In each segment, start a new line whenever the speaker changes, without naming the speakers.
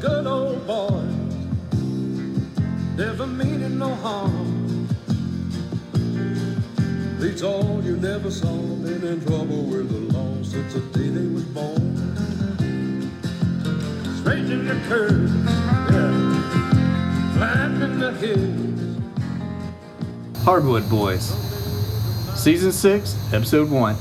good old boy, never meaning no harm. Beats all you never saw, been in trouble with the law since the day they was born. Straight in the curve, yeah, flying in the hills.
Hardwood Boys, Season 6, Episode 1.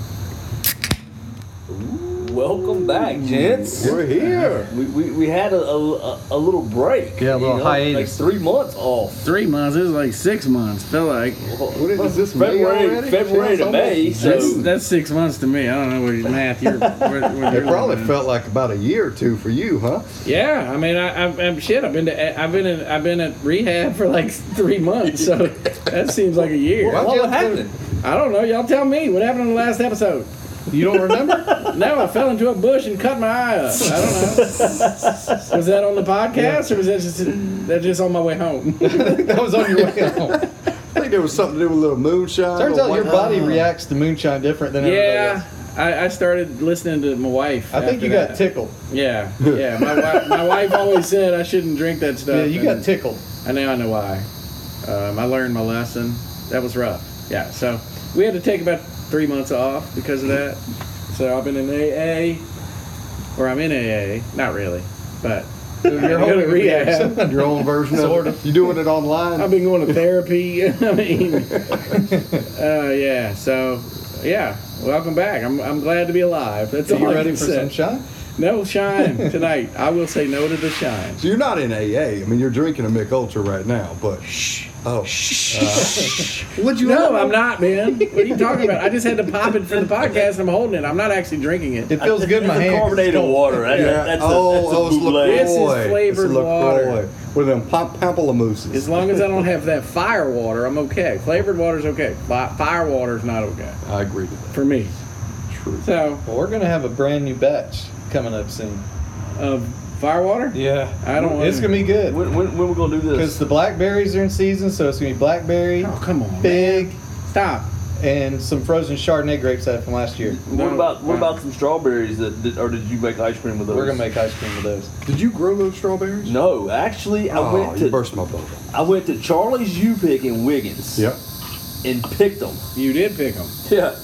Welcome back, gents.
We're here.
We, we, we had a, a, a- a little break.
Yeah, a little hiatus.
Like three months off.
Three months. It was like six months. Felt like
What is this, May
February,
already?
February
It's
to May.
almost-
So
that's, that's six months to me. I don't know what your math. You're, what, what
It
you're
probably
looking at.
felt like about a year or two for you, huh?
Yeah, I mean, I, I, I'm shit. I've been to, eh, I've been in, I've been at rehab for like three months, so that seems like a year.
Why
what,
y'all
what happened?
I don't know. Y'all tell me what happened in the last episode.
You don't remember?
No, I fell into a bush and cut my eye up. I don't know. Was that on the podcast or was that just that just on my way home?
That was on your way home.
I think there was something to do with a little moonshine.
Turns
or
out your
what-
body reacts to moonshine different than everybody
Yeah,
else.
I, I started listening to my wife.
I think
after
you got
that.
tickled.
Yeah, yeah. My, wi- my wife always said I shouldn't drink that stuff.
Yeah, you got
and-
tickled.
and now I know why. Um, I learned my lesson. That was rough. Yeah, so we had to take about three months off because of that. So I've been in AA, or I'm in AA. Not really, but
You're
I go to
holding
rehab.
rehab.
Your own version of
Sort
it. You doing it online?
I've been going to therapy. I mean, uh, yeah. So, yeah. Welcome back. I'm, I'm glad to be alive. That's
Are
all
you
I
ready
can
for
say.
some shine?
No shine tonight. I will say no to the shine.
so you're not in AA. I mean, you're drinking a Mick Ultra right now, but oh,
Would you?
No, I'm not, man. What are you talking about? I just had to pop it for the podcast. and I'm holding it. I'm not actually drinking it.
It feels good in my
It's a
hand.
carbonated water. That,
yeah.
That's a,
oh,
that's a
oh, it's LaCroix.
bootleg.
This is flavored
it's
water.
LaCroix. With them pop pamplemousses.
As long as I don't have that fire water, I'm okay. Flavored water's okay. Fi- Fire water's not okay
I agree with
for me.
that. True.
So,
Well, we're gonna have a brand new batch coming up soon.
uh, fire water?
Yeah,
I don't
It's
wanna-
gonna be good
When, when, when we gonna do
because
this?
the blackberries are in season, so it's gonna be blackberry,
Oh, come on. man.
fig,
Stop.
and some frozen Chardonnay grapes that from last year.
what
No,
about what
no.
about some strawberries? That, that or did you make ice cream with those?
We're gonna make ice cream with those.
Did you grow those strawberries?
No, actually, I
Oh,
went
you
to
burst my bubble.
I went to Charlie's U Pick in Wiggins.
Yep.
And picked them.
You did pick them.
Yeah.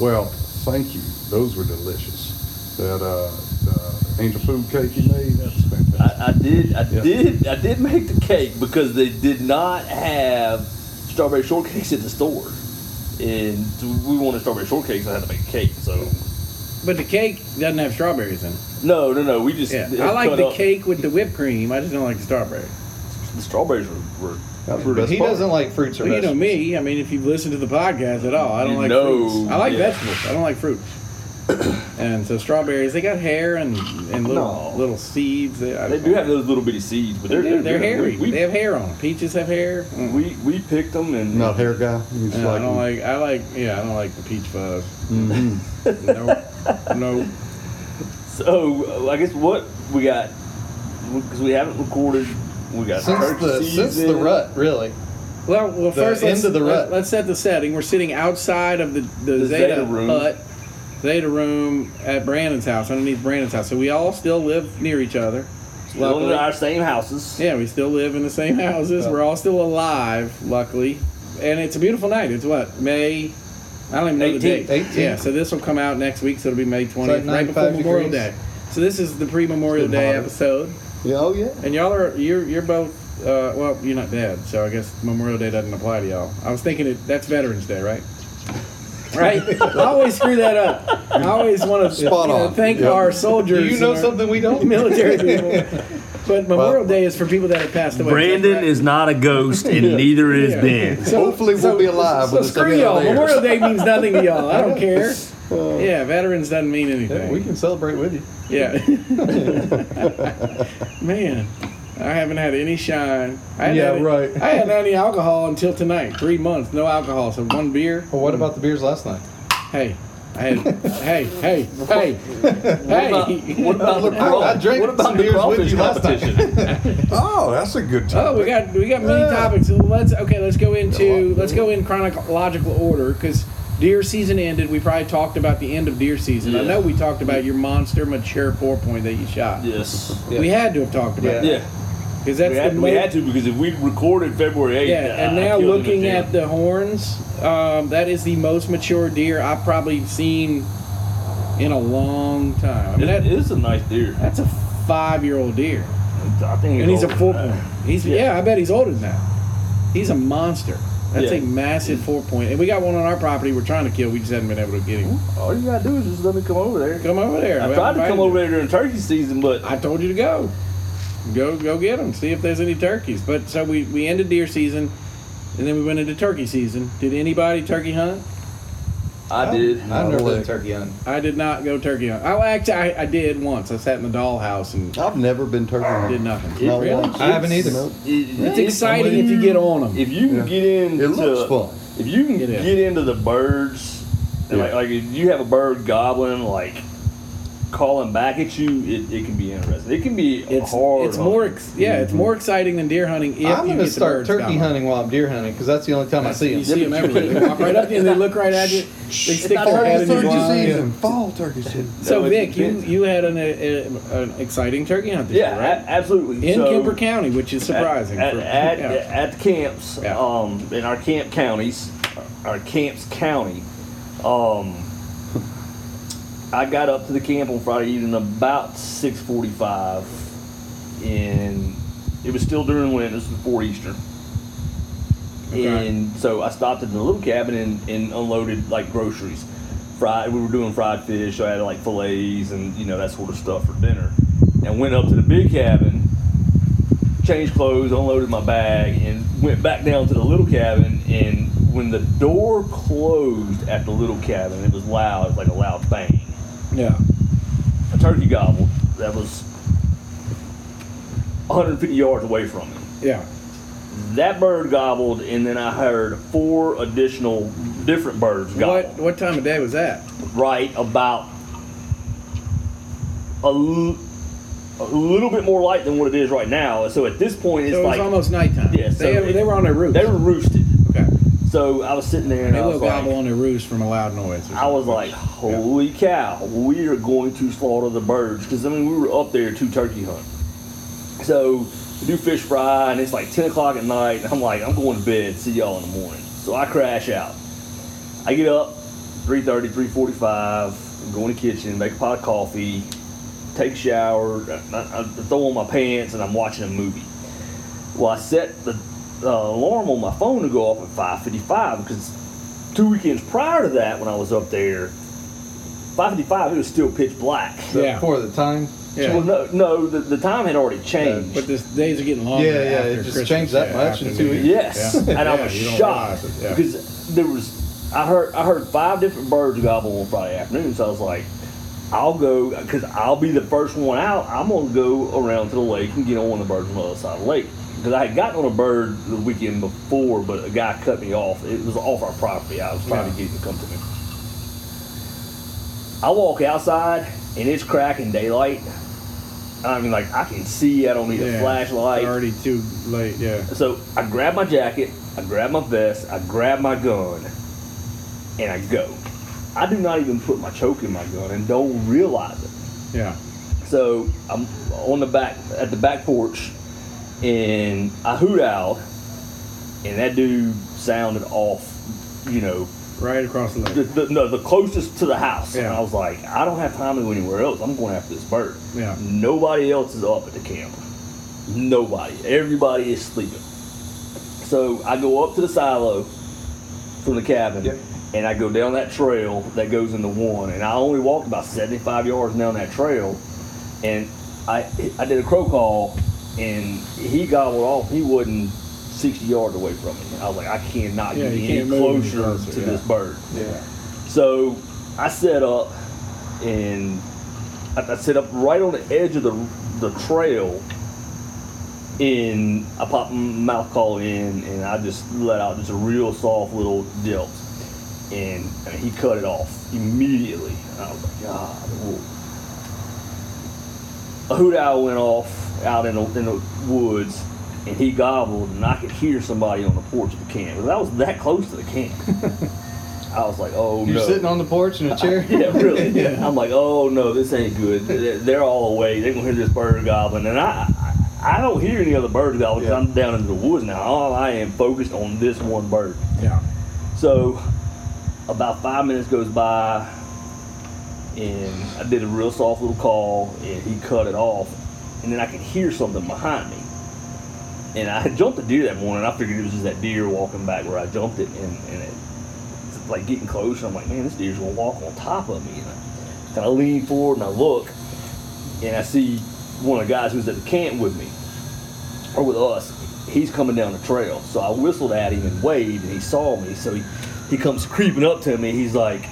Well, thank you. Those were delicious. That uh, uh, angel food cake you made, that's fantastic.
I, I did. I
Yeah.
did. I did make the cake because they did not have strawberry shortcakes at the store, and we wanted strawberry shortcakes. I had to make a cake. So
But the cake doesn't have strawberries in it.
no, no, no. We just
Yeah.
it
I like
cut
the
up.
cake with the whipped cream. I just don't like the strawberry.
The strawberries were. were
That was the best
He
part.
doesn't like fruits or
Well, you know
vegetables.
me. I mean, if you've listened to the podcast at all, I don't
You
like
know,
fruits. I like
yeah.
vegetables. I don't like fruits. and so strawberries, they got hair and, and little
No.
little seeds. They, I
they
don't
do
know.
have those little bitty seeds, but
They
they're
do. They're,
good.
hairy.
We,
they
we,
have hair on them. Peaches have hair.
we we picked them and
Not a hair guy. You just
Yeah, I
like
don't
him.
like. I like. Yeah, I don't like the peach fuzz.
Mhm.
No, no.
so uh, I guess what we got because we haven't recorded. We got
Since
turkey
the
season.
since the rut, really.
Well, well.
The
First, let's,
end of the
let-
rut.
let's set the setting. We're sitting outside of the the,
The
Zeta,
Zeta room.
hut, Zeta room at Brandon's house, underneath Brandon's house. So we all still live near each other.
Still in
Luckily.
our same houses.
Yeah, we still live in the same houses. We're all still alive, luckily. And it's a beautiful night. It's what May. I don't even know the
18th.
date.
18th.
Yeah, so this will come out next week, so it'll be May 20th, right
95
before Memorial
degrees.
Day. So this is the pre-Memorial
It's
Day
been hotter.
episode,
Yeah, oh yeah.
and y'all are you're you're both. Uh, well, you're not dead, so I guess Memorial Day doesn't apply to y'all. I was thinking it, that's Veterans Day, right? Right? I always screw that up. I always want to
Spot on.
thank
Yep.
our
Do
soldiers.
you know
and our-
something we don't?
military people. But Memorial Day is for people that have passed away.
Brandon is not a ghost, and neither is
Yeah.
Ben.
Hopefully we'll be alive
So
when this
screw
thing
y'all.
airs.
Memorial Day means nothing to y'all. I don't care. yeah, veterans doesn't mean
Yeah, we
anything.
can celebrate with you.
Yeah. Man, I haven't had any shine. I hadn't
Yeah,
had any-
right.
I hadn't had any alcohol until tonight. Three months, no alcohol. So one beer.
Well, what about the beers last night?
Hey, hey, hey, hey, hey,
What
hey.
about, what about the
I- I
craw-
drank
what about
some
the
beers with
crawfish
you last night.
competition?
Oh, that's a good time.
Oh, we got we got many
Yeah.
topics. Let's okay. Let's go
Got a lot
into
to
let's
do.
go in chronological order because deer season ended. We probably talked about the end of deer season. I
Yeah.
know we talked about your monster mature four point that you shot.
Yes.
Yeah.
We had to have talked about that.
Yeah.
because that's
we, had,
the
we
mo-
had to because if we recorded February 8th,
Yeah, and
I
now
killed him
looking
deer.
at the horns, um, that is the most mature deer I've probably seen in a long time. I mean,
It
that,
is a nice deer.
that's a five-year-old deer,
I think
and he's a
older
four
than
point.
that.
He's yeah. I bet he's older than that. He's a monster. That's
Yeah.
a massive four point, and we got one on our property. We're trying to kill. We just haven't been able to get him.
All you gotta do is just let me come over there.
Come over there.
I
Well,
tried to
invited
come
you.
over there during turkey season, but
I told you to go. Go go get them. See if there's any turkeys. But so we, we ended deer season, and then we went into turkey season. Did anybody turkey hunt?
I did.
I've never been turkey hunting.
I did not go turkey hunting. Oh, actually, I, I did once. I sat in the dollhouse and
I've never been turkey
did
hunting.
nothing.
It-
Not
really?
once. I haven't either.
It-
It's exciting if you get on them.
If you can
Yeah.
get in,
It looks fun.
If you can
It is.
get into the birds, and like, like if you have a bird gobbling, like calling back at you, it, it can be interesting. It can be
It's
hard.
it's more
hunting.
ex- yeah, it's more exciting than deer hunting. If
I'm
you
going to
get the
start
birds
turkey
going.
hunting while I'm deer hunting because that's the only time I see
You
them.
see them everywhere. They walk right up to you and they look right at you. They stick
not
their head in
turkey
your
Turkey
blind.
season, fall turkey season.
So
No, it
Vic, you
depends.
you had an, a, a, an exciting turkey hunt this
Yeah,
year,
a-
right?
absolutely.
In
So,
Kemper County, which is surprising.
At,
for-
at,
yeah.
at the camps,
Yeah.
um, in our camp counties, our camps county, um, I got up to the camp on Friday evening about six forty-five, and it was still during winter. This was before Easter,
Okay.
and so I stopped at the little cabin and, and unloaded like groceries. Fried, we were doing fried fish, so I had like fillets and you know that sort of stuff for dinner. And went up to the big cabin changed clothes, unloaded my bag, and went back down to the little cabin. And when the door closed at the little cabin, it was loud, it was like a loud bang.
yeah.
A turkey gobbled that was 150 yards away from me.
Yeah.
That bird gobbled, and then I heard four additional different birds gobble.
What what time of day was that?
Right about a, l- a little bit more light than what it is right now. So at this point, it's
so it was
like
almost nighttime.
Yeah, so
they,
it-
they were on their roost.
they were roosted.
okay.
So I was sitting there and
They
I
will
was like,
gobble on their roost from a loud noise. or
I was
something.
like, holy cow, we are going to slaughter the birds. Because, I mean, we were up there to turkey hunt. So we do fish fry, and it's like 10 o'clock at night. And I'm like, I'm going to bed. See y'all in the morning. So I crash out. I get up 3.30, 3.45, go in the kitchen, make a pot of coffee, take a shower, I, I, I throw on my pants, and I'm watching a movie. Well, I set the uh, alarm on my phone to go off at 5:55 because two weekends prior to that, when I was up there, 5:55 it was still pitch black.
So
Yeah.
For the time.
yeah.
Well, no, no, the, the time had already changed.
but the days are getting longer.
Yeah, yeah,
after
it just
Christmas,
changed that
yeah,
much
after
in
New
two
Year's.
weeks.
yes,
Yeah.
and I
Yeah,
was
you don't
shocked
realize it, yeah.
because there was I heard I heard five different birds gobble on Friday afternoon, so I was like. I'll go because I'll be the first one out. I'm gonna go around to the lake and get on one of the birds on the other side of the lake because I had gotten on a bird the weekend before, but a guy cut me off. It was off our property. I was trying to get him to come to me. I walk outside and it's cracking daylight. I mean, like I can see. I don't need
Yeah,
a flashlight.
it's Already too late. Yeah.
So I grab my jacket, I grab my vest, I grab my gun, and I go. I do not even put my choke in my gun and don't realize it.
Yeah.
So I'm on the back at the back porch, and I hoot out, and that dude sounded off. You know,
Right across the
the,
lake.
the, no, the closest to the house. And
Yeah.
I was like, I don't have time to go anywhere else. I'm going after this bird.
Yeah.
Nobody else is up at the camp. Nobody. Everybody is sleeping. So I go up to the silo from the cabin,
Yep.
and I go down that trail that goes into one, and I only walked about 75 yards down that trail, and I I did a crow call, and he gobbled off. He wasn't 60 yards away from me. I was like, I cannot
Yeah,
get
you
any
can't move any
closer,
closer,
to
yeah.
this bird.
Yeah.
So I set up and I, I set up right on the edge of the the trail. And I popped my mouth call in, and I just let out just a real soft little yelp, and, and he cut it off immediately. And I was like, God, whoa. a hoot owl went off out in the, in the woods, and he gobbled, and I could hear somebody on the porch of the camp. And I was that close to the camp. I was like, oh
You're
no.
sitting on the porch in a chair.
yeah, really. I'm like, oh no, this ain't good. They're they're all away. They're gonna hear this bird goblin, and I, I I don't hear any other bird goblin. 'cause
Yeah.
I'm down in the woods now. All I am focused on this one bird.
Yeah.
So, about five minutes goes by, and I did a real soft little call, and he cut it off, and then I could hear something behind me. And I had jumped a deer that morning. I figured it was just that deer walking back where I jumped it, and, and it, it's like getting close. And I'm like, man, this deer's gonna walk on top of me. And I kind of lean forward and I look, and I see one of the guys who's at the camp with me or with us, he's coming down the trail. So I whistled at him and waved, and he saw me. So he, he comes creeping up to me. He's like,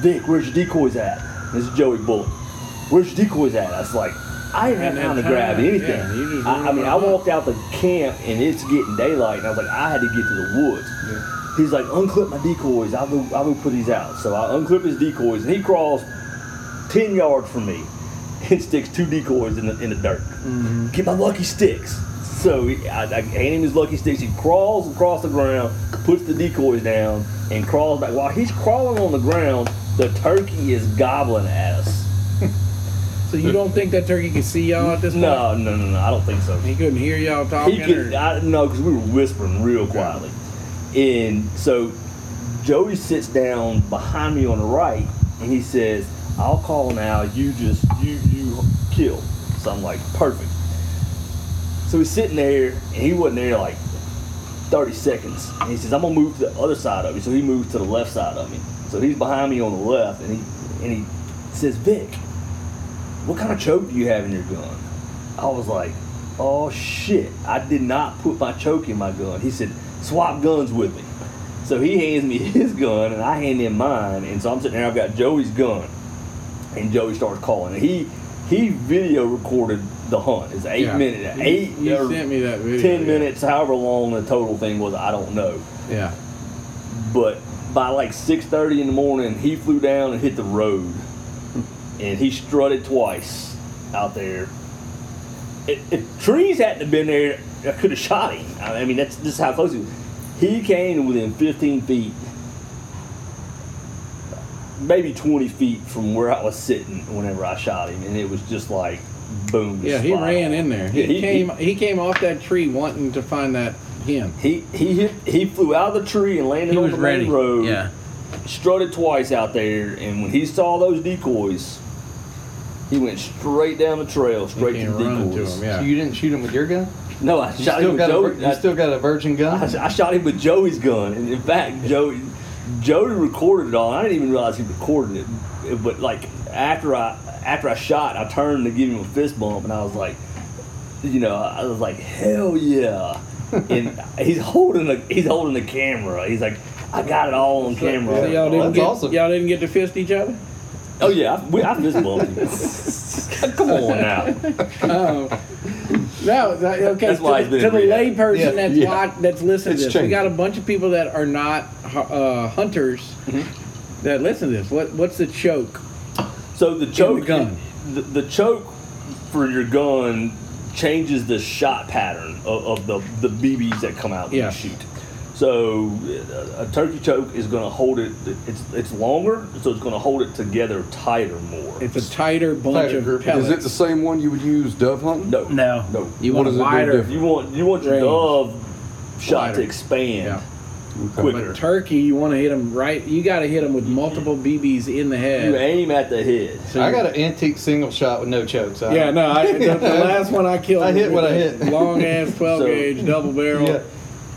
Vic, where's your decoys at? This is Joey Bullet. Where's your decoys at? I was like, I didn't have
Hadn't had
time to
time,
grab
yeah,
anything.
you just
I, I mean, I
running around.
walked out the camp and it's getting daylight, and I was like, I had to get to the woods. He's like, unclip my decoys. I will, I will put these out. So I unclip his decoys, and he crawls 10 yards from me and sticks two decoys in the, in the dirt.
Mm-hmm.
Get my lucky sticks. So he- I, I hand him his lucky sticks. He crawls across the ground, puts the decoys down, and crawls back. While he's crawling on the ground, the turkey is gobbling at us.
So you don't think that turkey could see y'all at this point?
No, no, no, no. I don't think so.
He couldn't hear y'all talking.
He could,
or,
I, no, because we were whispering real quietly. And so Joey sits down behind me on the right, and he says, "I'll call now. You just you you kill." So I'm like, "Perfect." So he's sitting there, and he wasn't there like 30 seconds. And he says, "I'm gonna move to the other side of you." So he moves to the left side of me. So he's behind me on the left, and he and he says, "Vic, what kind of choke do you have in your gun?" I was like, oh shit, I did not put my choke in my gun. He said, swap guns with me. So he hands me his gun and I hand him mine. And so I'm sitting there, I've got Joey's gun. And Joey starts calling. And he he video recorded the hunt. It's eight
Yeah.
minute,
You-
eight
You,
or
sent me that video.
ten
yeah.
minutes, however long the total thing was, I don't know.
Yeah.
But by like 6:30 in the morning, he flew down and hit the road, and he strutted twice out there. If, if trees hadn't have been there, I could have shot him. I I mean, that's just how close he was. He came within 15 feet, maybe 20 feet from where I was sitting whenever I shot him, and it was just like boom.
Yeah, he
spot on.
ran in there.
Yeah,
He came. He came off that tree wanting to find that hen.
He he hit, he flew out of the tree and landed
He
on
was
the
ready.
main road.
Yeah.
strutted twice out there, and when he saw those decoys, he went straight down the trail,
He
straight to
came
the
running to
decoys.
him. Yeah.
So you didn't shoot him with your gun?
No, I
You
shot
still
him with
got a,
Joey.
vir- you still got a virgin gun?
I, I shot him with Joey's gun, and in fact, Joey Joey recorded it all. I didn't even realize he recorded it, It- but like after I after I shot, I turned to give him a fist bump, and I was like, you know, I was like, hell yeah, and he's holding a he's holding the camera. He's like. I got it all on camera.
So y'all
Well,
didn't
that's
get,
awesome.
y'all didn't get to fist each other.
Oh yeah, I, we, I fist bumped him. Come on now.
Oh, no. that- okay.
That's
to
why
the,
it's been
to the
agreed on.
lay person
Yeah,
that's
yeah.
wa- that's listening
It's
to this, we
changed.
got a bunch of people that are not hu- uh, hunters
Mm-hmm.
that listen to this. What what's the choke?
So the choke, the,
gun.
The, choke for your gun changes the shot pattern of, of the the BBs that come out when
Yeah.
you shoot. So uh, a turkey choke is going to hold it. It's it's longer, so it's going to hold it together tighter more.
It's a tighter bunch
Tighter
of
group. Is
pellets.
Is it the same one you would use dove hunting?
no,
No.
no.
you
What
want a
does it do
wider,
different?
You want you want your
Range.
dove shot
Wider.
to expand
Yeah.
Okay.
quicker.
but turkey. You want to hit them right. You got to hit them with multiple BBs in the head.
you aim at the head.
I got an antique single shot with no chokes. I-
Yeah, no, I, the, the last one I killed.
I hit
was
what I
a
hit.
Long ass 12
So-
gauge double barrel.
Yeah.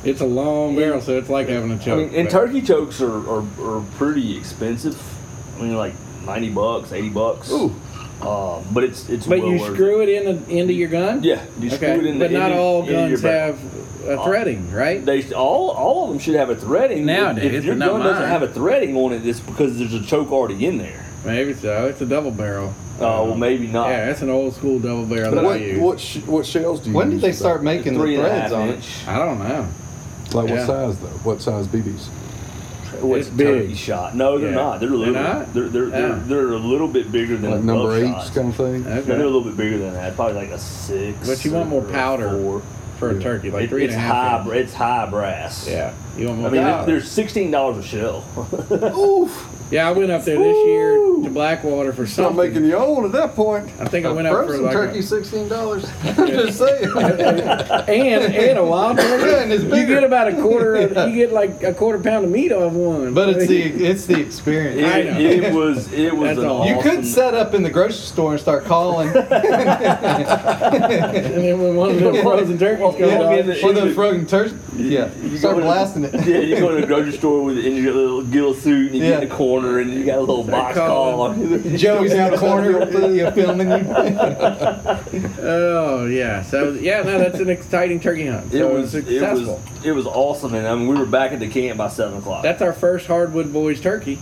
It's a long barrel, so it's like having a
I
choke.
mean, and
but-
turkey chokes are, are, are pretty expensive. I mean, like ninety bucks, eighty bucks.
Ooh.
Uh, but it's it's.
but
well
you
worth it.
screw it in the, into your gun.
Yeah, you
okay.
screw it in.
but
the,
not
into-
all
into your Oh.
guns
back.
have a threading, right?
They all all of them should have a threading. If-
Nowadays,
if your
but not
gun doesn't
mine.
have a threading on it, it's because there's a choke already in there.
Maybe so. It's a double barrel.
Uh, well, maybe not.
Oh. Yeah, that's an old school double barrel that I
What,
use.
what, sh- what shells do you
When did
use
they
for
start
that?
making
Mm-hmm. Three
the
and a
threads
half
on it?
inch.
I don't know.
Like
Yeah.
what size though? What size BBs?
Oh,
It's
it's turkey
big.
shot. No, they're
Yeah.
not. They're a little.
They're not?
They're they're,
Yeah.
they're, they're a little bit bigger than
Like
a
number
glove
eight
shot.
kind of
No,
thing?
they're a
Okay.
little bit bigger than that. Probably like a six.
But you want
or
more powder.
Four.
for a turkey, like three and
it's
a half.
high. br- It's high brass.
Yeah, you want
I
more?
mean,
Yeah.
they're- they're sixteen dollars a shell.
yeah, I went up there this year to Blackwater for
Not
something.
making you old at that point.
I think I went up for
Frozen
like a-
turkey, sixteen dollars. I'm just saying.
and and a wild turkey.
Yeah, and it's
you
bigger.
get about a quarter. Of, You get like a quarter pound of meat off one.
But it's the it's the experience.
It,
I know.
it was. It was
That's
an
all.
awesome.
You could set up in the grocery store and start calling for
and then when one of them frozen turkeys comes
Yeah.
off,
the-
the frozen turkey. Yeah,
You
start
go to-
blasting it.
Yeah, you go to the grocery store with in your little gill suit and you get in
Yeah.
the corner and you got a little box call
calling.
on.
Joey's in the corner, you filming you.
oh yeah. So yeah, no, that's an exciting turkey hunt.
It
So
was
it's
it
successful.
was it was awesome, and I mean, we were back at the camp by seven o'clock.
That's our first hardwood boys turkey.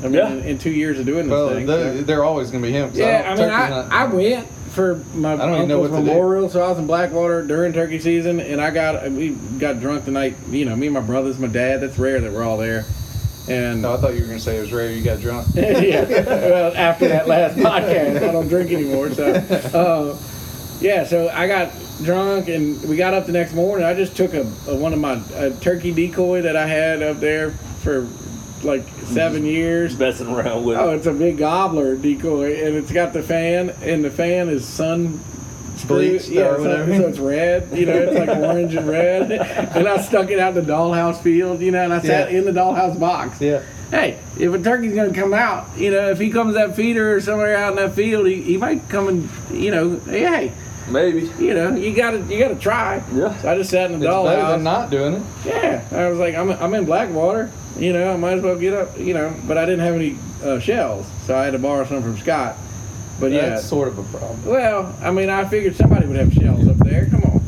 I mean,
Yeah.
in, in two years of doing this
Well,
thing.
they're,
so-
they're always gonna be him. 'cause
yeah, I
don't-
mean,
turkey's
I,
not-
I went for my
don't even
uncle's
know what to do.
memorial, so I was in Blackwater during turkey season, and I got we got drunk the night. You know, me and my brothers, my dad. That's rare that we're all there. And
No, I thought you were gonna say it was rare you got drunk.
yeah. Well, after that last podcast, I don't drink anymore. So, uh, yeah. So I got drunk, and we got up the next morning. I just took a, a one of my a turkey decoy that I had up there for like seven years.
Just messing around with.
Oh,
it.
it's a big gobbler decoy, and it's got the fan, and the fan is sun.
Bleached
yeah,
or
so-
whatever.
so it's red, you know, it's like orange and red. And I stuck it out in the dollhouse field, you know, and I sat
Yeah.
in the dollhouse box
Yeah,
hey, if a turkey's gonna come out, you know, if he comes that feeder or somewhere out in that field, he, he might come and, you know, hey,
Maybe.
you know, you gotta you gotta try.
Yeah.
So I just sat
it's
in the
better
dollhouse.
than not doing it.
Yeah, I was like, I'm, I'm in Blackwater, you know, I might as well get up, you know, but I didn't have any uh, shells, so I had to borrow some from Scott. But yeah,
That's sort of a problem.
well, I mean, I figured somebody would have shells up there. Come on,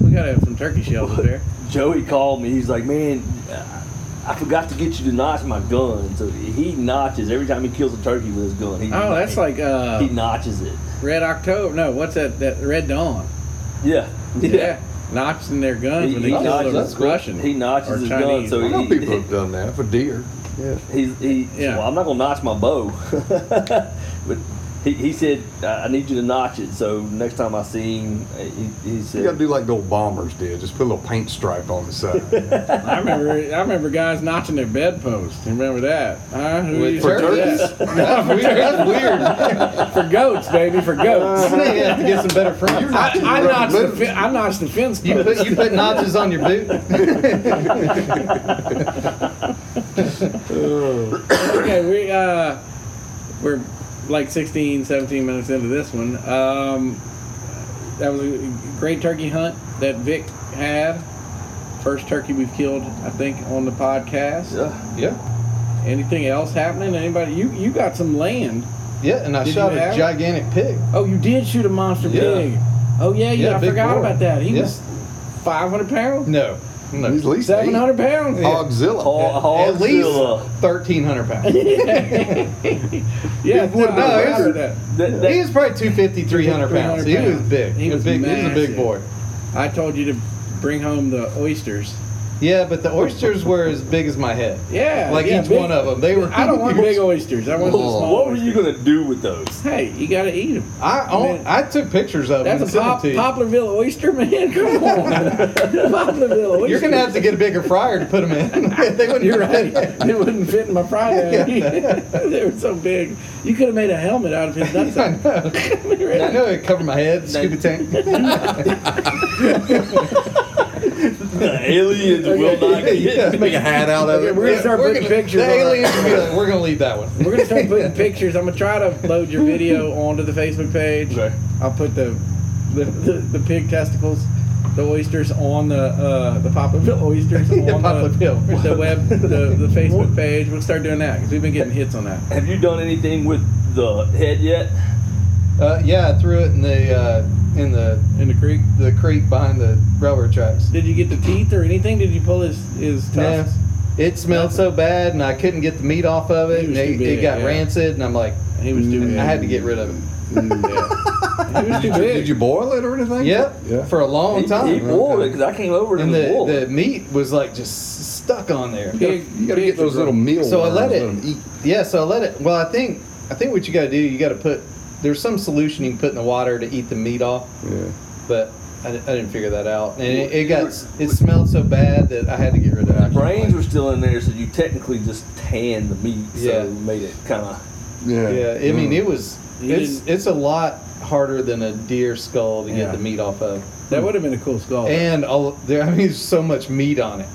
we gotta have some turkey shells up there.
Joey called me. He's like, man. uh, I forgot to get you to notch my gun. So he notches every time he kills a turkey with his gun. He,
Oh, that's
he-
like uh,
he notches it.
Red October. No, what's that? That Red Dawn.
Yeah,
Yeah. Notched in their guns
He-
when they
he
killed
notches-
a Russian.
He
Or
notches his gun.
Chinese.
So
I know
he,
people have done that for deer. Yeah.
He's, he,
Yeah.
well, I'm not gonna notch my bow, but he, he said I I need you to notch it. So next time I see him, he, he
You gotta
said,
do like the old bombers did. Just put a little paint stripe on the side.
I remember. I remember guys notching their bedposts. You remember that? Huh? Who
With
used to do
turkeys?
that?
That's weird. That's weird.
for goats, baby, for goats.
You have to get some better friends.
I, I
Right,
notched the
Uh, but-
fi- I notched the fence
You
post.
put you put notches on your boot.
okay, we uh, we're like 16, 17 minutes into this one. Um, that was a great turkey hunt that Vic had. First turkey we've killed, I think, on the podcast.
yeah,
Yeah,
Anything else happening? Anybody? You you got some land.
yeah, and I
Did you
shot
have
a
it?
gigantic pig.
Oh, you did shoot a monster
Yeah.
pig. Oh yeah, yeah.
Yeah,
I
big
forgot
boar.
about that. He
Yeah.
was 500 pounds,
No, no,
At least eight.
700 pounds.
Hogzilla.
Hog- hogzilla.
at least thirteen hundred pounds.
Yeah,
He would
no, I
not.
forgot about that.
That- that-
He was probably 250, 300 pounds. He was
300
big.
He
He was
was
big. He was a
massive.
big boy.
I told you to bring home the oysters.
Yeah, but the oysters were as big as my head.
Yeah,
Like
yeah,
each
big-
one of them, they were. Oh,
I don't want big oysters. I want the
Whoa.
small.
what were you
oysters.
gonna do with those?
Hey, you gotta eat them.
I own,
Man.
I took pictures of them.
That's
and
a
sent
pop,
them to you.
Poplarville oyster, man. Come on, Poplarville oyster.
You're gonna have to get a bigger fryer to put them in. they wouldn't
You're right.
fit.
They wouldn't fit in my fry bag. they were so big. You could have made a helmet out of his
I
nutsack.
know. I know it covered my head, scuba tank.
The aliens will not get.
Yeah.
Make a hat out of
Okay,
it.
we're gonna start putting pictures.
The
on our-
aliens will be like, we're gonna leave that one.
We're gonna start putting pictures. I'm gonna try to load your video onto the Facebook page.
Okay.
I'll put the the, the, the pig testicles, the oysters on the uh, the Poplarville oysters on
Yeah,
the,
Poplarville.
the web the, the Facebook page. We'll start doing that because we've been getting hits on that.
Have you done anything with the head yet?
Uh, yeah, I threw it in the uh, in the
In the creek.
the creek behind the railroad tracks.
Did you get the teeth or anything? Did you pull his his
No,
tusks?
it smelled so bad, and I couldn't get the meat off of it,
He was
and it,
too
it
big,
got
yeah.
rancid, and I'm like,
He was too big.
I had to get rid of it.
Yeah. He was too
Mm, Did you
big.
boil it or anything?
Yep,
Yeah.
for a long
He,
time.
he boiled it because I came over and,
and
it was
the, the
boiled.
meat was like just stuck on there.
Pig-
You gotta get
pigs are
those little
gross.
meal
So I
worms,
let it-
them eat.
Yeah, so I let it. Well, I think I think what you got to do, you got to put. There's some solution you can put in the water to eat the meat off,
Yeah.
but I, di- I didn't figure that out, and it, it got it smelled so bad that I had to get rid of it.
Brains were still in there, so you technically just tanned the meat, so
Yeah.
it made it kind of.
Yeah. Mm.
Yeah, I mean it was.
You
It's
didn't-
it's a lot harder than a deer skull to
Yeah.
get the meat off of,
That would have been a cool skull.
and all there. I mean, there's so much meat on it.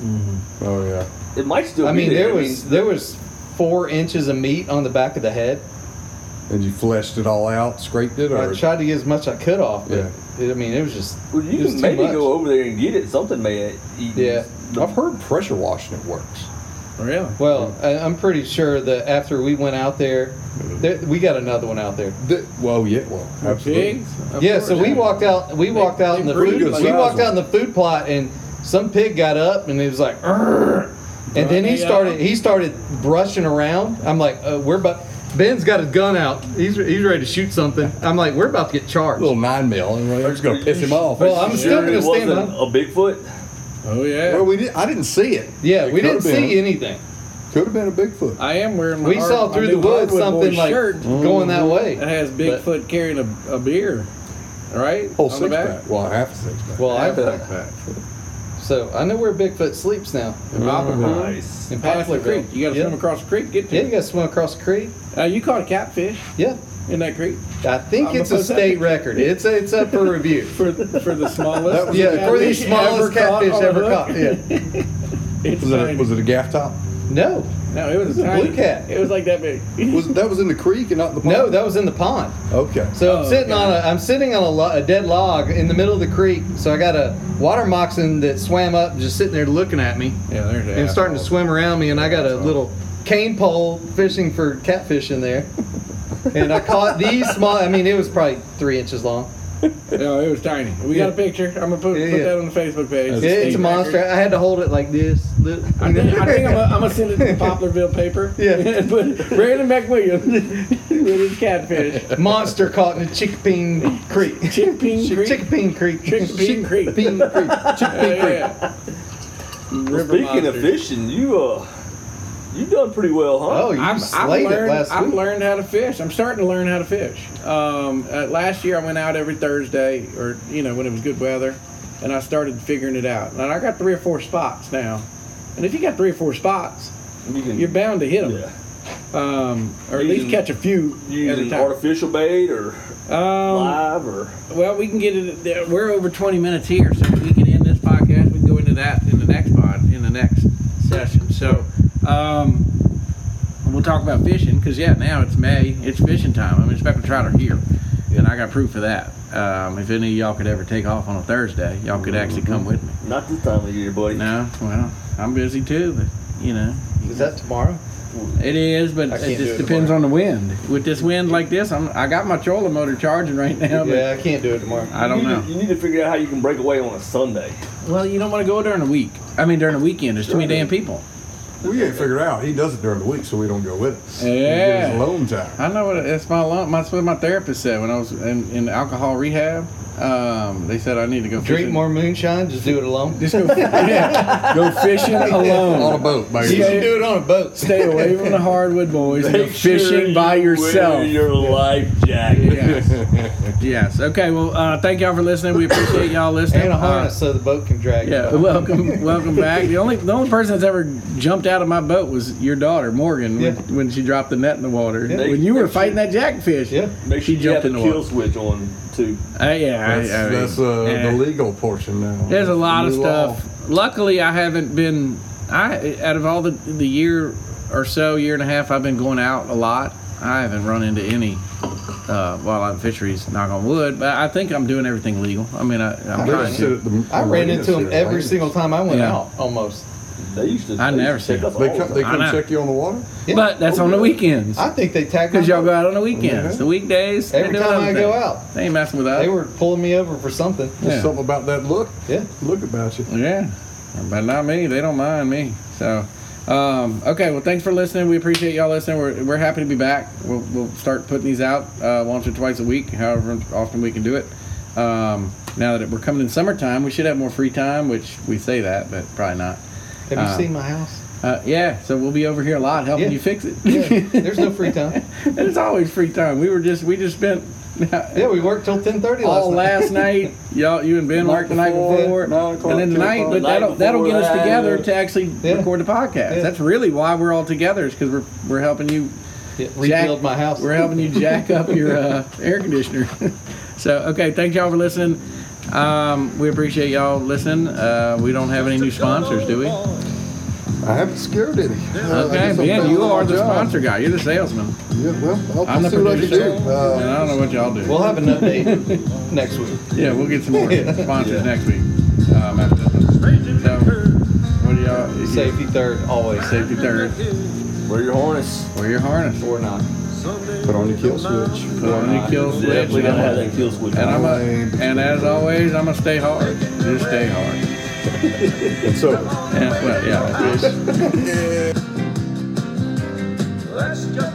Oh yeah.
It might still.
I
be
mean,
there,
there was there was four inches of meat on the back of the head.
And you fleshed it all out, scraped it,
I
or
tried to get as much I could off, but it, I mean, it was just
Well,
it
you
was
can
too
maybe
much.
go over there and get it. Something may eat.
Yeah.
I've heard pressure washing it works.
really?
Well, I, I'm pretty sure that after we went out there, there we got another one out there.
The, well, yeah, well, absolutely.
Pigs? Of
yeah, so
course.
we walked out. We walked out in the
pretty
food.
good
We
size
walked out in
one.
the food plot, and some pig got up and he was like, "Arr!" and then he
Yeah.
started. He started brushing around. I'm like, uh, we're about. Ben's got his gun out. He's he's ready to shoot something. I'm like, we're about to get charged.
Little nine mil, and I'm just gonna piss him off.
Well, I'm still
Sure
gonna
it
stand
wasn't
up.
a Bigfoot.
Oh yeah.
Well, we did, I didn't see it.
Yeah,
It
we didn't
could've been-
see anything.
Could have been a Bigfoot.
I am wearing. My
We
hard-
saw
my
through
new
the woods
Hardwood Boys
something like
shirt Mm-hmm.
going that way.
that has Bigfoot carrying a, a beer, right?
Oh,
Whole
On the
six
back.
pack. Well, half a six pack.
Well,
Half
I
six pack.
so I know where Bigfoot sleeps now.
In Poplarville.
Nice.
In
Past the
Poplarville.
creek. You got to
yeah.
swim across the creek. Get to.
Yeah, you
it.
got to swim across the creek.
Uh, you caught a catfish
Yeah,
in that creek
I think
I'm
it's a
opposed to that.
state record. It's it's up for review.
for for the smallest.
Yeah, for the
catfish
smallest
caught
catfish
on a
ever
hook.
caught. Yeah.
It's
was, it a,
tiny.
was it a gaff top?
No,
no, it was
it was a
tiny.
blue cat.
It was like that big.
Was that was in the creek and not the pond?
no, that was in the pond.
okay.
So I'm
Oh,
sitting on a I'm sitting on a, lo- a dead log in the middle of the creek. So I got a water moccasin that swam up, just sitting there looking at me
yeah, there's that.
and starting to swim around me. And I got a little cane pole fishing for catfish in there. And I caught these small. I mean, it was probably three inches long.
No, it was tiny. We got a picture. I'm gonna put,
Yeah,
put
yeah.
that on the Facebook page.
It- it's a monster. I had to hold it like this. Look.
I think, I think I'm, gonna, I'm gonna send it to the Poplarville paper.
Yeah.
but Brandon McWilliams with his catfish.
monster caught in a chickpea creek.
Chickpea Creek.
Chickpea creek.
Chickpea Creek.
Chickpea creek.
Yeah, yeah, yeah.
Well,
River
speaking
monsters.
of fishing, you uh, you done pretty well, huh?
Oh, you
I've, I've
slayed it
learned,
last
I've
week.
learned how to fish. I'm starting to learn how to fish. Um, uh, last year I went out every Thursday, or you know when it was good weather, and I started figuring it out. And I got three or four spots now. And if you got three or four spots,
you can
you're bound to hit them,
yeah.
um, or at least
Using-
catch a few
You
every
using
time.
artificial bait or
Um,
live or
Well, we can get it. We're over 20 minutes here, so we can end this podcast. We can go into that in the next pod, in the next session. So, um, we'll talk about fishing because yeah, now it's May. It's fishing time. I mean, speckled trout are here, and I got proof of that. Um, if any of y'all could ever take off on a Thursday, y'all could actually come with me.
not this time of year, buddy.
No, well, I'm busy too, but you know,
Is that tomorrow?
it is. But
I can't
it
do
just
it
depends on the wind. With this wind like this, I'm I got my trolling motor charging right now, but
Yeah, I can't do it tomorrow.
I
you
don't
need
know.
To, you need to figure out how you can break away on a Sunday.
Well, you don't want to go during the week. I mean, during the weekend, there's too many damn people.
we ain't figured out. He does it during the week, so we don't go with it. He gives us alone time.
I know what that's my lo- my- that's what my therapist said when I was in, in alcohol rehab. Um, they said I need to go
Drink
fishing.
more moonshine, just do it alone.
Just go, yeah, go fishing
On a
alone.
boat,
You
baby.
should do it on a boat.
Stay away from the hardwood boys. and Go
Make sure
fishing
you
by
wear
yourself.
Your life jacket.
Yes. yes. Okay. Well, uh, thank y'all for listening. We appreciate y'all listening.
And a
Uh,
harness so the boat can drag
Yeah,
you.
welcome, welcome back. The only the only person that's ever jumped out of my boat was your daughter Morgan when,
Yeah.
when she dropped the net in the water.
Yeah.
When you were fighting that jackfish,
Yeah.
Make
She
sure you have
jumped
the
in the
kill switch on too.
Uh, yeah, I-
That's,
I mean,
that's uh,
yeah.
the legal portion now.
There's a lot of
New law.
stuff. Luckily, I haven't been. I out of all the the year or so, year and a half, I've been going out a lot. I haven't run into any uh, wildlife fisheries. Knock on wood, but I think I'm doing everything legal. I mean, I, I'm
They
trying
just sit
to.
at the
I ran into him every single time I went
Yeah.
out, almost.
They used to.
I
they used
never
to
seen
check us
They
all
come,
the
they
time.
I know.
come check you on the water.
Yeah.
But that's on the weekends
I think they tagged my
because y'all
boat
go out on the weekends,
Mhm.
the weekdays. they
Uh-huh. every
do
time I
everything.
go out.
they ain't messing with us.
They were pulling me over for something.
There's
Yeah.
something about that look.
Yeah.
Look about you.
Yeah, but not me. They don't mind me. So, um, okay. Well, thanks for listening. We appreciate y'all listening. We're, we're happy to be back. We'll, we'll start putting these out uh, once or twice a week, however often we can do it. Um, now that we're coming in summertime, we should have more free time, which we say that, but probably not.
Have you
Uh,
seen my house?
Uh, yeah, so we'll be over here a lot helping
Yeah.
you fix it.
Yeah. There's no free time.
There's always free time. We were just we just spent
Yeah, we worked till ten thirty last
all
night.
last night. Y'all, you and Ben
Night
worked the night
before,
before,
nine
and
o'clock,
then
ten
tonight.
o'clock.
But
Night
that'll that'll get
before
us
that,
together
uh,
to actually
Yeah.
record the podcast.
Yeah.
That's really why we're all together is because we're we're helping you
Yeah,
jack-
rebuild my house.
We're helping you jack up your uh, air conditioner. so okay, thank y'all for listening. Um, we appreciate y'all listening. Uh, we don't have any new sponsors, do we?
I haven't scared any. Uh, I
Okay,
guess I'm
Ben,
down
you
on my
are the
job.
sponsor guy. You're the salesman.
Yeah, well, I'll
I'm the
see what I can
producer.
do.
And
Uh,
I don't know what y'all do.
We'll have an update next week.
Yeah, we'll get some more
Yeah.
sponsors next week. Um, after this. So, what do y'all
Safety third, always.
Safety third.
Wear your harness.
Wear your harness.
Or not.
put on your kill switch.
Put on your kill switch.
Definitely gotta have that kill switch.
And
on.
I'm a, and as always, I'm gonna stay hard. Just stay hard.
And so.
Yeah, well, yeah.
Let's just